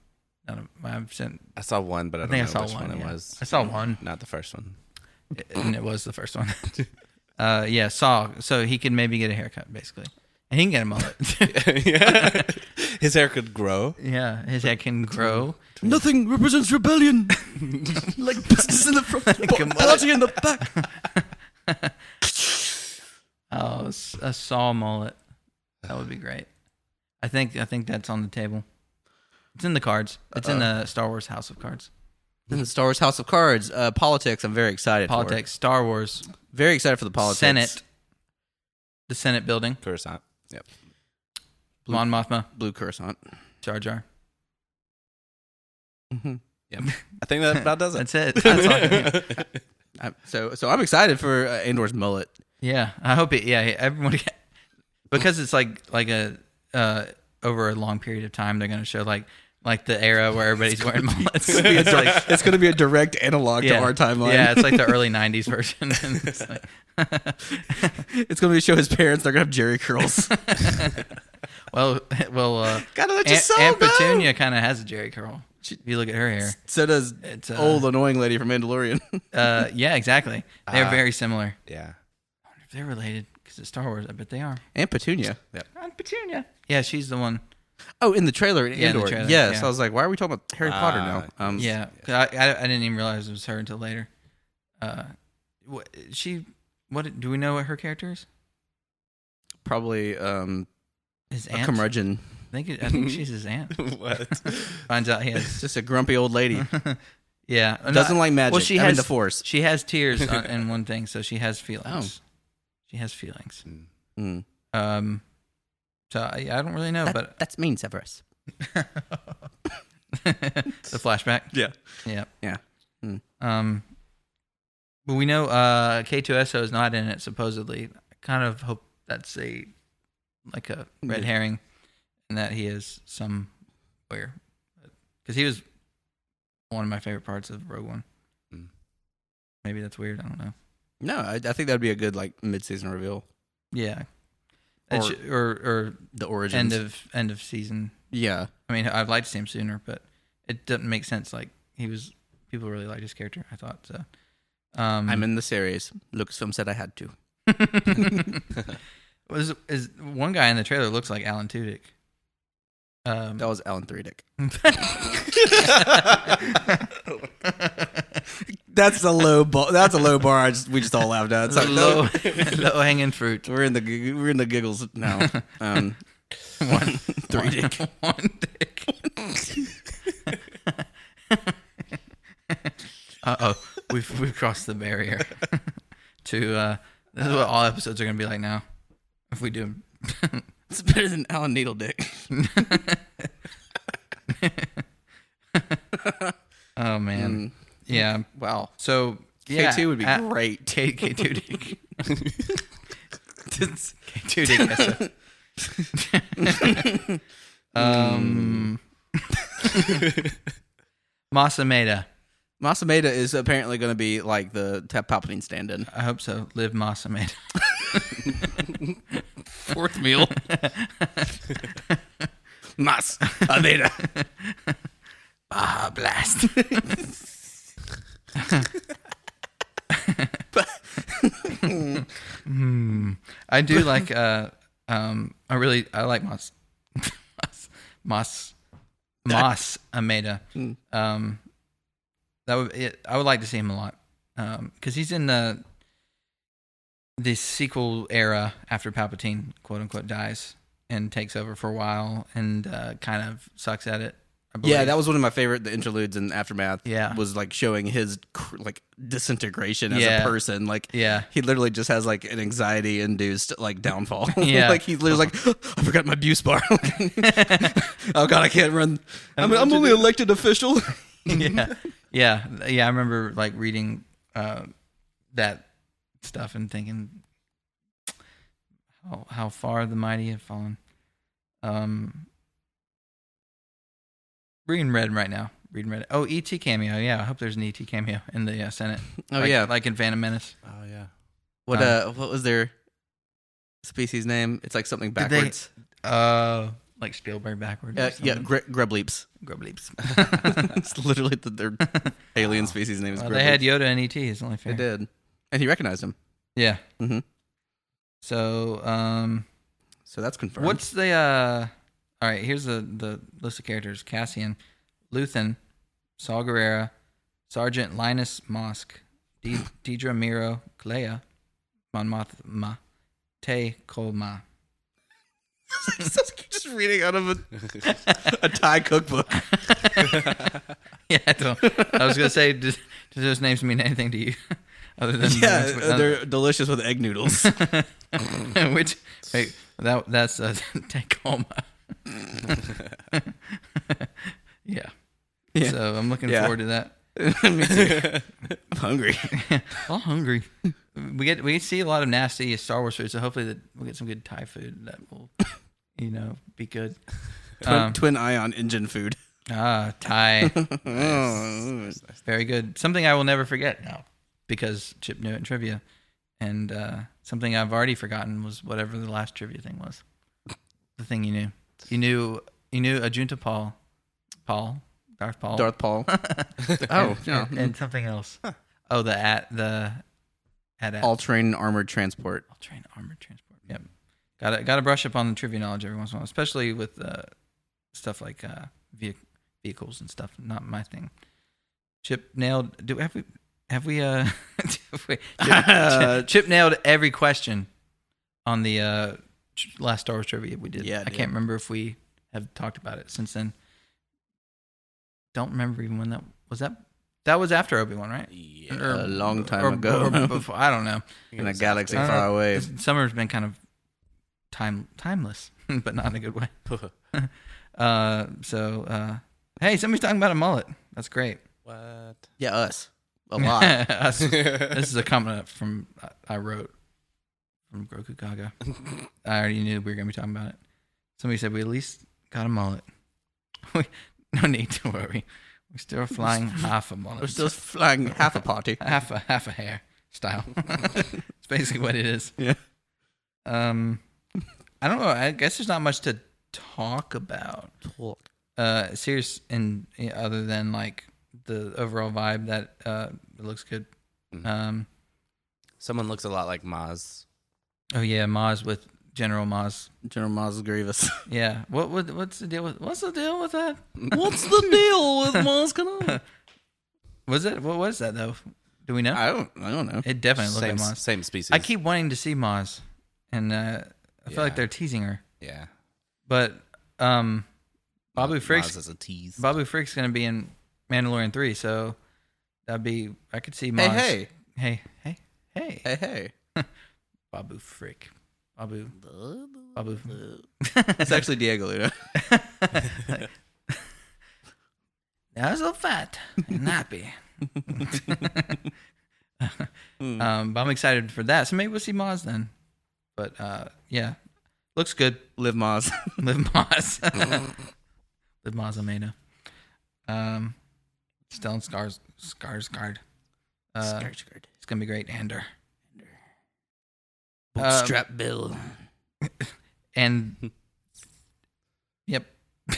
Speaker 3: I don't, I've seen.
Speaker 4: I saw one, but I
Speaker 3: I
Speaker 4: don't
Speaker 3: think I
Speaker 4: know
Speaker 3: saw
Speaker 4: which
Speaker 3: one.
Speaker 4: one, it
Speaker 3: yeah.
Speaker 4: was.
Speaker 3: I saw one.
Speaker 4: Not the first one.
Speaker 3: and it was the first one. uh, yeah, Saw. So he could maybe get a haircut, basically, and he can get a mullet.
Speaker 4: yeah. His hair could grow.
Speaker 3: yeah, his head can grow.
Speaker 1: Nothing represents rebellion. like business in the front,
Speaker 3: a
Speaker 1: party in the back.
Speaker 3: Oh, s- a Saw mullet. That would be great. I think I think that's on the table. It's in the cards. It's in the Star Wars House of Cards.
Speaker 1: Then the Star Wars House of Cards, uh, politics. I'm very excited. for.
Speaker 3: Politics, Star Wars,
Speaker 1: Very excited for the politics.
Speaker 3: Senate, the Senate building,
Speaker 4: Coruscant. Yep.
Speaker 3: Mon Mothma,
Speaker 1: Blue Coruscant.
Speaker 3: Jar Jar.
Speaker 1: Mm-hmm.
Speaker 4: I think that about does it.
Speaker 3: That's it. That's all I can do.
Speaker 1: I'm, so, so I'm excited for uh, Andor's mullet.
Speaker 3: Yeah, I hope it. Yeah, everybody, because it's like like a uh over a long period of time, they're gonna show like like the era where everybody's wearing mullets. it's like
Speaker 1: It's going to be a direct analog to our timeline.
Speaker 3: Yeah, it's like the early '90s version. And it's like,
Speaker 1: it's going to be a show his parents. They're going to have Jerry curls.
Speaker 3: well, well, uh,
Speaker 1: Gotta let your
Speaker 3: Aunt,
Speaker 1: soul
Speaker 3: Aunt
Speaker 1: go.
Speaker 3: Petunia kind of has a Jerry curl. If you look at her hair,
Speaker 1: so does
Speaker 3: It's, uh,
Speaker 1: old annoying lady from Mandalorian.
Speaker 3: uh, yeah, exactly. They're
Speaker 4: Ah.
Speaker 3: very similar.
Speaker 4: Yeah.
Speaker 3: I wonder if they're related because it's Star Wars. I bet they are.
Speaker 1: and Petunia.
Speaker 3: Aunt Petunia. Yeah, she's the one.
Speaker 1: Oh, in the trailer in
Speaker 3: Yeah, in the
Speaker 1: Andor.
Speaker 3: trailer,
Speaker 1: yes,
Speaker 3: yeah. Uh,
Speaker 1: I was like, why are we talking about Harry Potter
Speaker 4: Ah,
Speaker 1: now? Um,
Speaker 3: Yeah, 'cause I, I I didn't even realize it was her until later. Uh, what she? What do we know? What her character is?
Speaker 1: probably um,
Speaker 3: His
Speaker 1: a
Speaker 3: aunt.
Speaker 1: curmudgeon,
Speaker 3: I think it, I think she's his aunt.
Speaker 4: what?
Speaker 3: Finds out he has.
Speaker 1: just a grumpy old lady.
Speaker 3: Yeah, Uh, No,
Speaker 1: Doesn't like magic.
Speaker 3: Well, she
Speaker 1: I mean
Speaker 3: has
Speaker 1: the Force.
Speaker 3: She has tears on, in one thing, so she has feelings.
Speaker 1: Oh.
Speaker 3: She has feelings.
Speaker 1: Mm.
Speaker 3: Um, so I, I don't really know, but
Speaker 1: that's mean, Severus.
Speaker 3: the flashback.
Speaker 2: Yeah.
Speaker 3: Yeah.
Speaker 1: Yeah. Hmm.
Speaker 3: Um, but we know uh, K2SO is not in it, supposedly. I kind of hope that's a like a red
Speaker 1: Yeah.
Speaker 3: herring and that he is somewhere. Because he was one of my favorite parts of Rogue One.
Speaker 4: Hmm.
Speaker 3: Maybe that's weird. I don't know.
Speaker 1: No, I, I think that'd be a good like mid-season reveal.
Speaker 3: Yeah. Or,
Speaker 1: Or-
Speaker 3: or, or
Speaker 1: The origins.
Speaker 3: end of end of season.
Speaker 1: yeah.
Speaker 3: I mean, I'd like to see him sooner, but it doesn't make sense. Like he was, people really liked his character. I thought so. Um,
Speaker 1: I'm in the series. Lucasfilm said I had to.
Speaker 3: was is one guy in the trailer looks like Alan Tudyk. Um,
Speaker 1: That was Alan Threedick. That's a low bar. That's a low bar. I just, we just all laughed at. It's like, no,
Speaker 3: low, low hanging fruit.
Speaker 1: we're in the gig- we're in the giggles now. Um,
Speaker 3: One,
Speaker 1: Three dick.
Speaker 3: One, one dick. uh oh, we've we've crossed the barrier. to uh, this is what all episodes are gonna be like now. If we do 'em.
Speaker 1: it's better than Alan Needle Dick.
Speaker 3: Oh man,
Speaker 1: And
Speaker 3: yeah.
Speaker 1: wow,
Speaker 3: So yeah,
Speaker 1: K2 Mm. would be
Speaker 3: at-
Speaker 1: great.
Speaker 3: K K two dick.
Speaker 1: It's-
Speaker 3: K two dick. yes. um,
Speaker 1: Mm.
Speaker 3: Masameda.
Speaker 1: Masameda is apparently going to be like the Ta- Palpatine stand-in.
Speaker 3: I hope so. Live Masameda.
Speaker 1: Fourth meal. Mas Ameda.
Speaker 3: Baja Blast. Hmm. I do like. Uh, um, I really I like Moss, Moss, Moss, Moss Ameda.
Speaker 1: Hmm.
Speaker 3: Um, that would it, I would like to see him a lot because he's in the the sequel era after Palpatine quote unquote dies and takes over for a while and uh, kind of sucks at it. I
Speaker 1: Yeah,
Speaker 3: believe.
Speaker 1: that was one of my favorite the interludes and aftermath.
Speaker 3: Yeah.
Speaker 1: was like showing his cr- like disintegration as
Speaker 3: Yeah.
Speaker 1: a person. Like
Speaker 3: yeah.
Speaker 1: he literally just has like an anxiety induced like downfall.
Speaker 3: Yeah.
Speaker 1: like he's literally like, I forgot my abuse bar. oh god, I can't run. I'm, I'm only elected official.
Speaker 3: Oh, yeah, yeah, yeah. I remember like reading uh, that stuff and thinking how how far the mighty have fallen. Um, reading red right now. Reading red. Oh, ET cameo. Yeah, I hope there's an ET cameo in the uh, Senate.
Speaker 1: oh
Speaker 3: Like-
Speaker 1: yeah,
Speaker 3: like in Phantom Menace.
Speaker 4: Oh yeah.
Speaker 1: what
Speaker 3: uh,
Speaker 1: uh, what was their species name? It's like something
Speaker 3: Did they-
Speaker 1: backwards.
Speaker 3: Uh, like Spielberg backwards. or
Speaker 1: Uh, yeah,
Speaker 3: something.
Speaker 1: gre- Grebleeps.
Speaker 3: Grub leaps.
Speaker 1: it's literally the, their alien species name is.
Speaker 3: Well,
Speaker 1: Grebleeps.
Speaker 3: they had Yoda and ET. Is the only
Speaker 1: They
Speaker 3: fair.
Speaker 1: did, and he recognized him.
Speaker 3: Yeah.
Speaker 1: Mhm.
Speaker 3: So, um.
Speaker 1: So that's confirmed.
Speaker 3: What's the uh all right, here's the the list of characters. Cassian, Luthen, Saul Guerrera, Sergeant Linus Mosk, De- Deidre Miro, Clea, Mon Mothma, Tay Colma.
Speaker 1: just reading out of a, a Thai cookbook?
Speaker 3: Yeah, I, don't, I was gonna say, does, does those names mean anything to you? Other than
Speaker 1: Yeah, uh, they're delicious with egg noodles.
Speaker 3: which hey, that that's uh, Tacoma. yeah.
Speaker 1: Yeah.
Speaker 3: So I'm looking
Speaker 1: Yeah.
Speaker 3: forward to that.
Speaker 1: Me too. I'm hungry.
Speaker 3: All hungry. we get we see a lot of nasty Star Wars food, so hopefully that we'll get some good Thai food that will, you know, be good.
Speaker 1: Twin,
Speaker 3: Um,
Speaker 1: twin ion engine food.
Speaker 3: Ah, Thai,
Speaker 1: Oh,
Speaker 3: very good. Something I will never forget now, because Chip knew it in trivia, and uh, something I've already forgotten was whatever the last trivia thing was. The thing you knew, you knew, you knew Ajunta Paul, Paul, Darth Paul,
Speaker 1: Darth Paul. oh,
Speaker 3: and,
Speaker 1: yeah.
Speaker 3: and, and something else. Oh, the at the at at
Speaker 1: All train armored transport.
Speaker 3: I'll train armored transport. Yep. Got to got to brush up on the trivia knowledge every once in a while, especially with uh, stuff like uh, vehi- vehicles and stuff. Not my thing. Chip nailed. Do have we have we uh have we- Chip, Chip nailed every question on the uh, tr- last Star Wars trivia we did.
Speaker 1: Yeah,
Speaker 3: I
Speaker 1: dude.
Speaker 3: can't remember if we have talked about it since then. Don't remember even when that was. That That was after Obi Wan, right?
Speaker 4: Yeah,
Speaker 3: Or-
Speaker 1: a long time
Speaker 3: or-
Speaker 1: ago.
Speaker 3: or before, I don't know.
Speaker 1: in a galaxy
Speaker 3: I don't
Speaker 1: far
Speaker 3: know.
Speaker 1: away.
Speaker 3: This summer's been kind of time timeless, but not in a good way. Uh, so uh, hey, somebody's talking about a mullet. That's great.
Speaker 4: what?
Speaker 1: Yeah, us. A lot.
Speaker 3: Us- this is a comment from I I wrote from Groku Gaga. I already knew we were gonna be talking about it. Somebody said we at least got a mullet. We, no need to worry. We're still flying half a mullet.
Speaker 1: We're still flying half a party.
Speaker 3: half a half a hair style. it's basically what it is.
Speaker 1: Yeah.
Speaker 3: Um, I don't know. I guess there's not much to talk about. Talk. Uh, serious and yeah, other than like the overall vibe that uh it looks good.
Speaker 4: Mhm.
Speaker 3: Um.
Speaker 4: Someone looks a lot like Maz.
Speaker 3: Oh yeah, Maz with General Maz.
Speaker 1: General Miles Grievous.
Speaker 3: Yeah. What what what's the deal with what's the deal with that?
Speaker 1: What's the deal with Miles Kanata?
Speaker 3: Was it what was that though? Do we know?
Speaker 1: I don't. I don't know.
Speaker 3: it definitely looked
Speaker 4: Same,
Speaker 3: like Maz.
Speaker 4: same species.
Speaker 3: I keep wanting to see Maz, and uh, I feel
Speaker 4: Yeah.
Speaker 3: like they're teasing her.
Speaker 4: yeah.
Speaker 3: But um, Babu
Speaker 4: Maz
Speaker 3: Frick's
Speaker 4: is a tease.
Speaker 3: Babu Frick's gonna be in Mandalorian three, so that'd be I could see Maz.
Speaker 1: Hey,
Speaker 3: hey, hey,
Speaker 1: hey,
Speaker 3: hey,
Speaker 1: hey, hey.
Speaker 3: Babu Frick, Babu, Babu.
Speaker 1: It's actually Diego Luna.
Speaker 3: I was so fat and happy.
Speaker 1: Hmm.
Speaker 3: um, but I'm excited for that. So maybe we'll see Maz then. But uh, yeah, looks good.
Speaker 1: Live Miles.
Speaker 3: Live Maz. Live Maz Ameda. Um, Stellan Scars Scars Guard. Uh, it's gonna be great, Ander.
Speaker 1: um,
Speaker 3: Bootstrap
Speaker 1: Bill.
Speaker 3: And yep.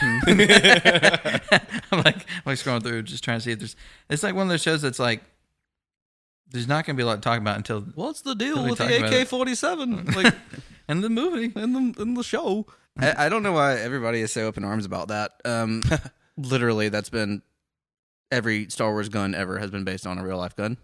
Speaker 3: I'm like I'm like scrolling through, just trying to see if there's. It's like one of those shows that's like there's not gonna be a lot to talk about until
Speaker 1: What's the deal
Speaker 3: Can we
Speaker 1: with
Speaker 3: talk about it?
Speaker 1: the AK forty seven? Like
Speaker 3: in the movie.
Speaker 1: in the in the show. I, I don't know why everybody is so up in arms about that. Um, literally, that's been every Star Wars gun ever has been based on a real life gun.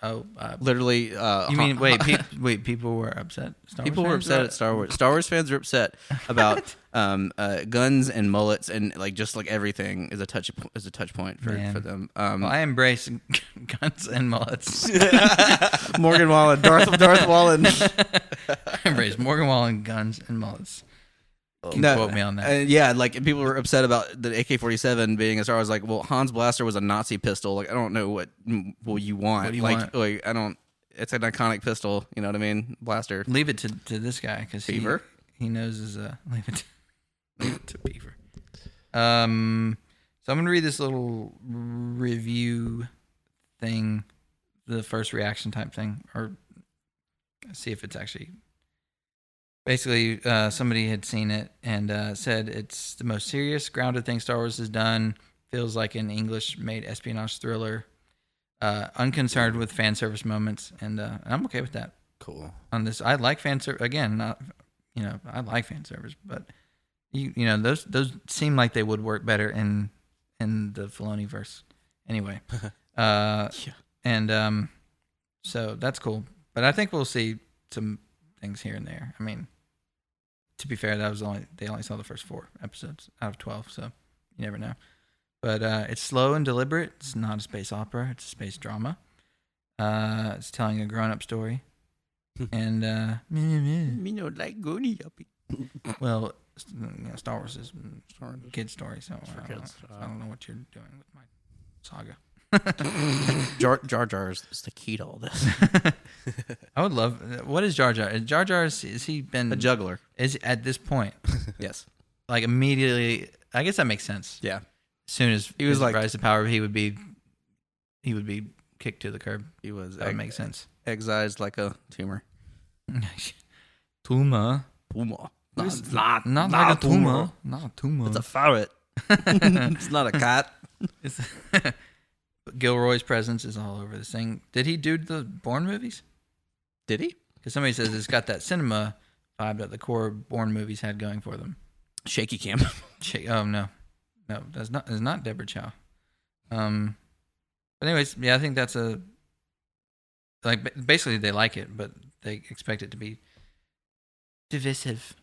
Speaker 3: Oh, uh,
Speaker 1: Literally, uh, Han-
Speaker 3: you mean wait? Pe- wait, people were upset. Star
Speaker 1: People
Speaker 3: Wars
Speaker 1: were
Speaker 3: fans Uh,
Speaker 1: upset at Star Wars. Star Wars fans are upset about um, uh, guns and mullets and like just like everything is a touch is a touch point for,
Speaker 3: Man.
Speaker 1: for them. Um,
Speaker 3: Well, I embrace guns and mullets.
Speaker 1: Morgan Wallen, Darth Darth Wallen.
Speaker 3: I embrace Morgan Wallen guns and mullets. Can
Speaker 1: No,
Speaker 3: quote me on that.
Speaker 1: uh, yeah, like and people were upset about the AK forty seven being a Star. I was like, well, Hans Blaster was a Nazi pistol. Like I don't know what mm, will you want.
Speaker 3: What do you
Speaker 1: like,
Speaker 3: want?
Speaker 1: like I don't. It's an iconic pistol. You know what I mean? Blaster.
Speaker 3: leave it to, to this guy because he
Speaker 1: Beaver?
Speaker 3: he knows his uh leave it to, leave it to Beaver. Um, so I'm gonna read this little review thing, the first reaction type thing, or see if it's actually. Basically, uh, somebody had seen it and uh, said it's the most serious, grounded thing Star Wars has done. Feels like an English-made espionage thriller. Uh, unconcerned with fan service moments, and uh, I'm okay with that
Speaker 4: cool.
Speaker 3: on this. I like fan service again. Not you know I like fan service, but you you know those those seem like they would work better in in the Filoni verse. Anyway, uh,
Speaker 1: Yeah.
Speaker 3: and um, so that's cool. But I think we'll see some things here and there. I mean, to be fair, that was only they only saw the first four episodes out of twelve, so you never know. But uh, it's slow and deliberate. It's not a space opera. It's a space drama. Uh, it's telling a grown-up story, and uh,
Speaker 1: Me no like Goonie yuppie.
Speaker 3: well, s- you know, Star Wars is a kid story, so I don't, know,
Speaker 4: kids,
Speaker 3: I don't know what you're doing with my saga.
Speaker 1: Jar Jar Jar's the key to all this.
Speaker 3: I would love. What is Jar Jar? Is Jar Jar is, is he been
Speaker 1: A juggler.
Speaker 3: is at this point
Speaker 1: Yes.
Speaker 3: like immediately? I guess that makes sense.
Speaker 1: Yeah.
Speaker 3: As soon as
Speaker 1: He was
Speaker 3: his
Speaker 1: like-
Speaker 3: rise to power, he would be he would be kicked to the curb.
Speaker 1: He was
Speaker 3: That would
Speaker 1: ex-
Speaker 3: make sense.
Speaker 1: excised like a tumor.
Speaker 3: Tumor,
Speaker 1: Puma.
Speaker 3: It's
Speaker 1: not,
Speaker 3: not like a tumor, not a tumor.
Speaker 1: It's a ferret. it's not a cat.
Speaker 3: It's- But Gilroy's presence is all over this thing. Did he do the Bourne movies?
Speaker 1: Did he?
Speaker 3: Because somebody says it's got that cinema vibe that the core Bourne movies had going for them.
Speaker 1: Shaky cam.
Speaker 3: Che- oh no, no, that's not is not Deborah Chow. Um, but anyways, yeah, I think that's a like ba- basically they like it, but they expect it to be divisive.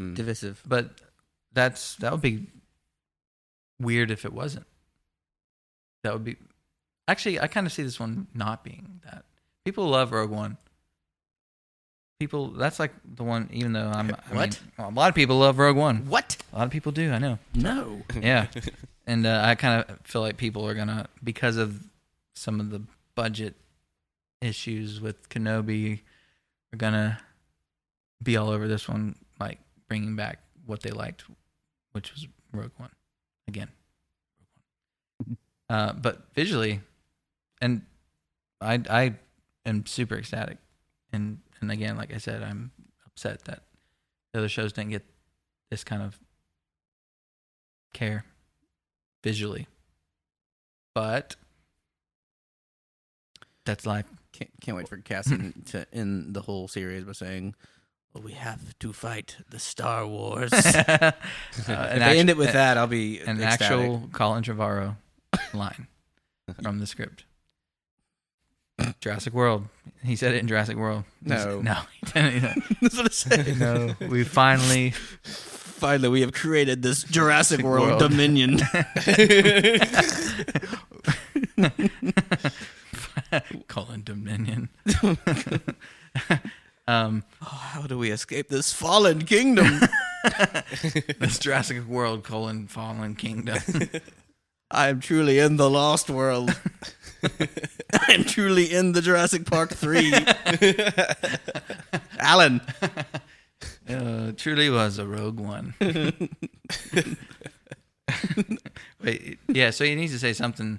Speaker 4: Mm.
Speaker 1: Divisive.
Speaker 3: But that's that would be weird if it wasn't. That would be. Actually, I kind of see this one not being that. People love Rogue One. People, that's like the one. Even though I'm, I
Speaker 1: What?
Speaker 3: mean, well, a lot of people love Rogue One.
Speaker 1: What?
Speaker 3: A lot of people do. I know.
Speaker 1: No.
Speaker 3: Yeah, and uh, I kind of feel like people are gonna because of some of the budget issues with Kenobi are gonna be all over this one, like bringing back what they liked, which was Rogue One again. Uh, but visually, and I I am super ecstatic, and and again, like I said, I'm upset that the other shows didn't get this kind of care visually. But that's life.
Speaker 1: Can't, can't wait for Cassian to end the whole series by saying, well, "We have to fight the Star Wars."
Speaker 3: Uh,
Speaker 1: if
Speaker 3: an
Speaker 1: they end
Speaker 3: actu-
Speaker 1: it with that, I'll be
Speaker 3: an
Speaker 1: ecstatic.
Speaker 3: actual Colin Trevorrow line from the script. Jurassic World. He said it in Jurassic World. He said-
Speaker 1: No.
Speaker 3: no, he didn't.
Speaker 1: That's what I said.
Speaker 3: no. We finally
Speaker 1: Finally, we have created this Jurassic World,
Speaker 3: World.
Speaker 1: Dominion. Oh,
Speaker 3: Colin Dominion. um,
Speaker 1: How do we escape this fallen kingdom?
Speaker 3: this Jurassic World: colon Fallen Kingdom.
Speaker 1: I am truly in the lost world. I am truly in the Jurassic Park 3. Alan.
Speaker 3: Uh, truly was a rogue one. Wait, yeah. So he needs to say something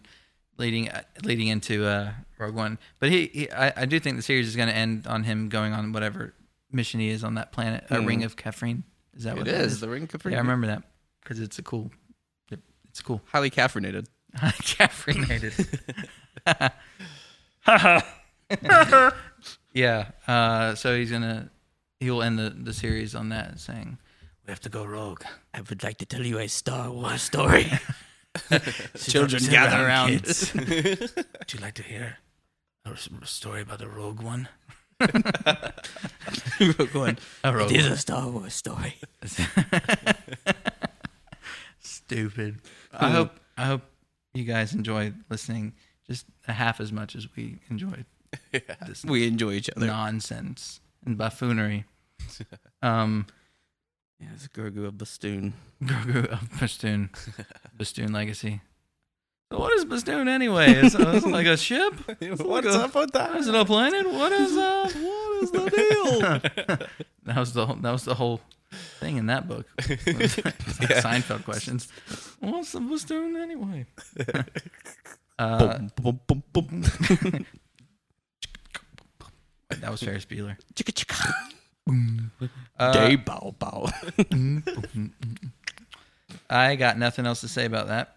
Speaker 3: leading leading into uh, Rogue One. But he, he I, I do think the series is going to end on him going on whatever mission he is on that planet, a
Speaker 1: Mhm.
Speaker 3: Ring of Kefrine. Is that what that
Speaker 1: the ring
Speaker 3: Yeah, I remember that because it's a cool. It, it's cool.
Speaker 1: Highly caffeinated.
Speaker 3: Caffeinated. yeah. Uh, so he's gonna he will end the, the series on that saying we have to go rogue.
Speaker 1: I would like to tell you a Star Wars story. Children
Speaker 3: Sit
Speaker 1: gather around.
Speaker 3: kids. Would you like to hear a s- story about a rogue one?
Speaker 1: Rogue One.
Speaker 3: A rogue.
Speaker 1: It is a Star Wars story.
Speaker 3: Stupid. I hope I hope you guys enjoy listening just a half as much as we enjoyed this
Speaker 1: We enjoy each other.
Speaker 3: nonsense and buffoonery. Um,
Speaker 1: Yeah, it's Grogu of Bastoon.
Speaker 3: Grogu of Bastoon, Bastoon Legacy. So what is Bastoon anyway? Is it is it like a ship?
Speaker 4: What's up with that?
Speaker 3: Is it a planet? What is uh, what is the deal? that was the whole, that was the whole thing in that book. Seinfeld questions. What's the Bastoon anyway? uh,
Speaker 1: Boom, boom, boom, boom.
Speaker 3: that was Ferris Bueller.
Speaker 1: Chicka, chicka.
Speaker 3: Uh,
Speaker 1: Day bow bow.
Speaker 3: I got nothing else to say about that.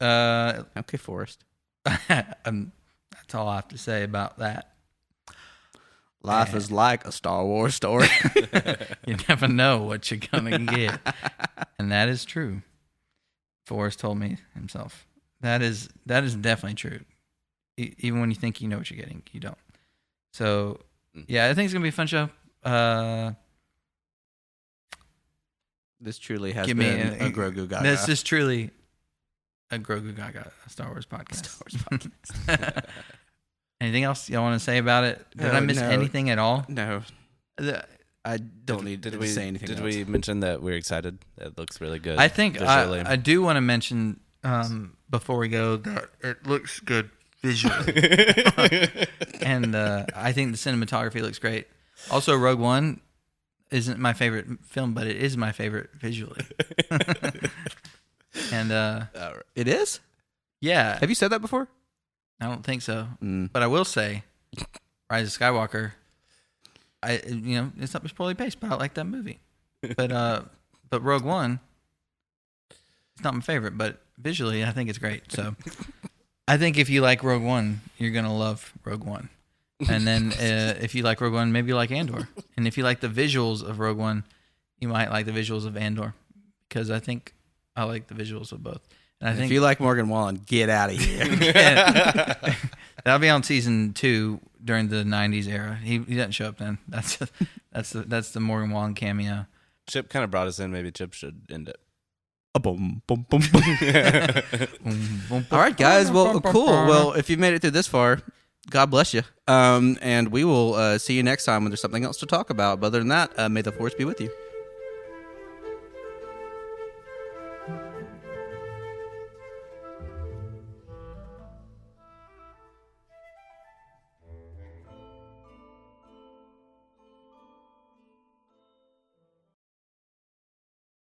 Speaker 3: Uh,
Speaker 1: Okay, Forrest.
Speaker 3: um, that's all I have to say about that.
Speaker 1: Life is like a Star Wars story.
Speaker 3: You never know what you're gonna get, and that is true. Forrest told me himself. That is that is definitely true. E- even when you think you know what you're getting, you don't. So
Speaker 1: Mm.
Speaker 3: yeah, I think it's gonna be a fun show. Uh,
Speaker 1: this truly has
Speaker 3: Give me
Speaker 1: been
Speaker 3: a-
Speaker 1: a, Grogu guy.
Speaker 3: this is truly a Grogu Gaga a Star Wars podcast. Star Wars podcast. Anything else y'all want to say about it? Did I
Speaker 1: Oh,
Speaker 3: miss
Speaker 1: no.
Speaker 3: anything at all?
Speaker 1: no,
Speaker 3: The-
Speaker 1: I don't need to
Speaker 4: we
Speaker 1: say anything.
Speaker 4: Did
Speaker 1: else.
Speaker 4: we mention that we're excited? It looks really good.
Speaker 3: I think
Speaker 4: visually.
Speaker 3: I, I do want to mention um, before we go er, that it looks good visually, and uh, I think the cinematography looks great. Also, Rogue One isn't my favorite film, but it is my favorite visually. and uh,
Speaker 1: It is.
Speaker 3: yeah,
Speaker 1: Have you said that before?
Speaker 3: I don't think so,
Speaker 1: Mm.
Speaker 3: but I will say, Rise of Skywalker. I you know it's not poorly based, but I like that movie. But uh, but Rogue One, it's not my favorite, but visually I think it's great. So I think if you like Rogue One, you're gonna love Rogue One. And then uh, if you like Rogue One, maybe you like Andor. And if you like the visuals of Rogue One, you might like the visuals of Andor because I think I like the visuals of both. And I
Speaker 1: If
Speaker 3: think
Speaker 1: you like Morgan Wallen, get out of here.
Speaker 3: That'll be on season two during the '90s era. He, he doesn't show up then. That's that's the, that's the Morgan Wallen cameo.
Speaker 4: Chip kind of brought us in. Maybe Chip should end it.
Speaker 1: A boom, boom, boom, boom. All right, guys. Well, cool. Well, if you've made it through this far, God bless you. Um, and we will uh, see you next time when there's something else to talk about. But other than that, uh, may the force be with you.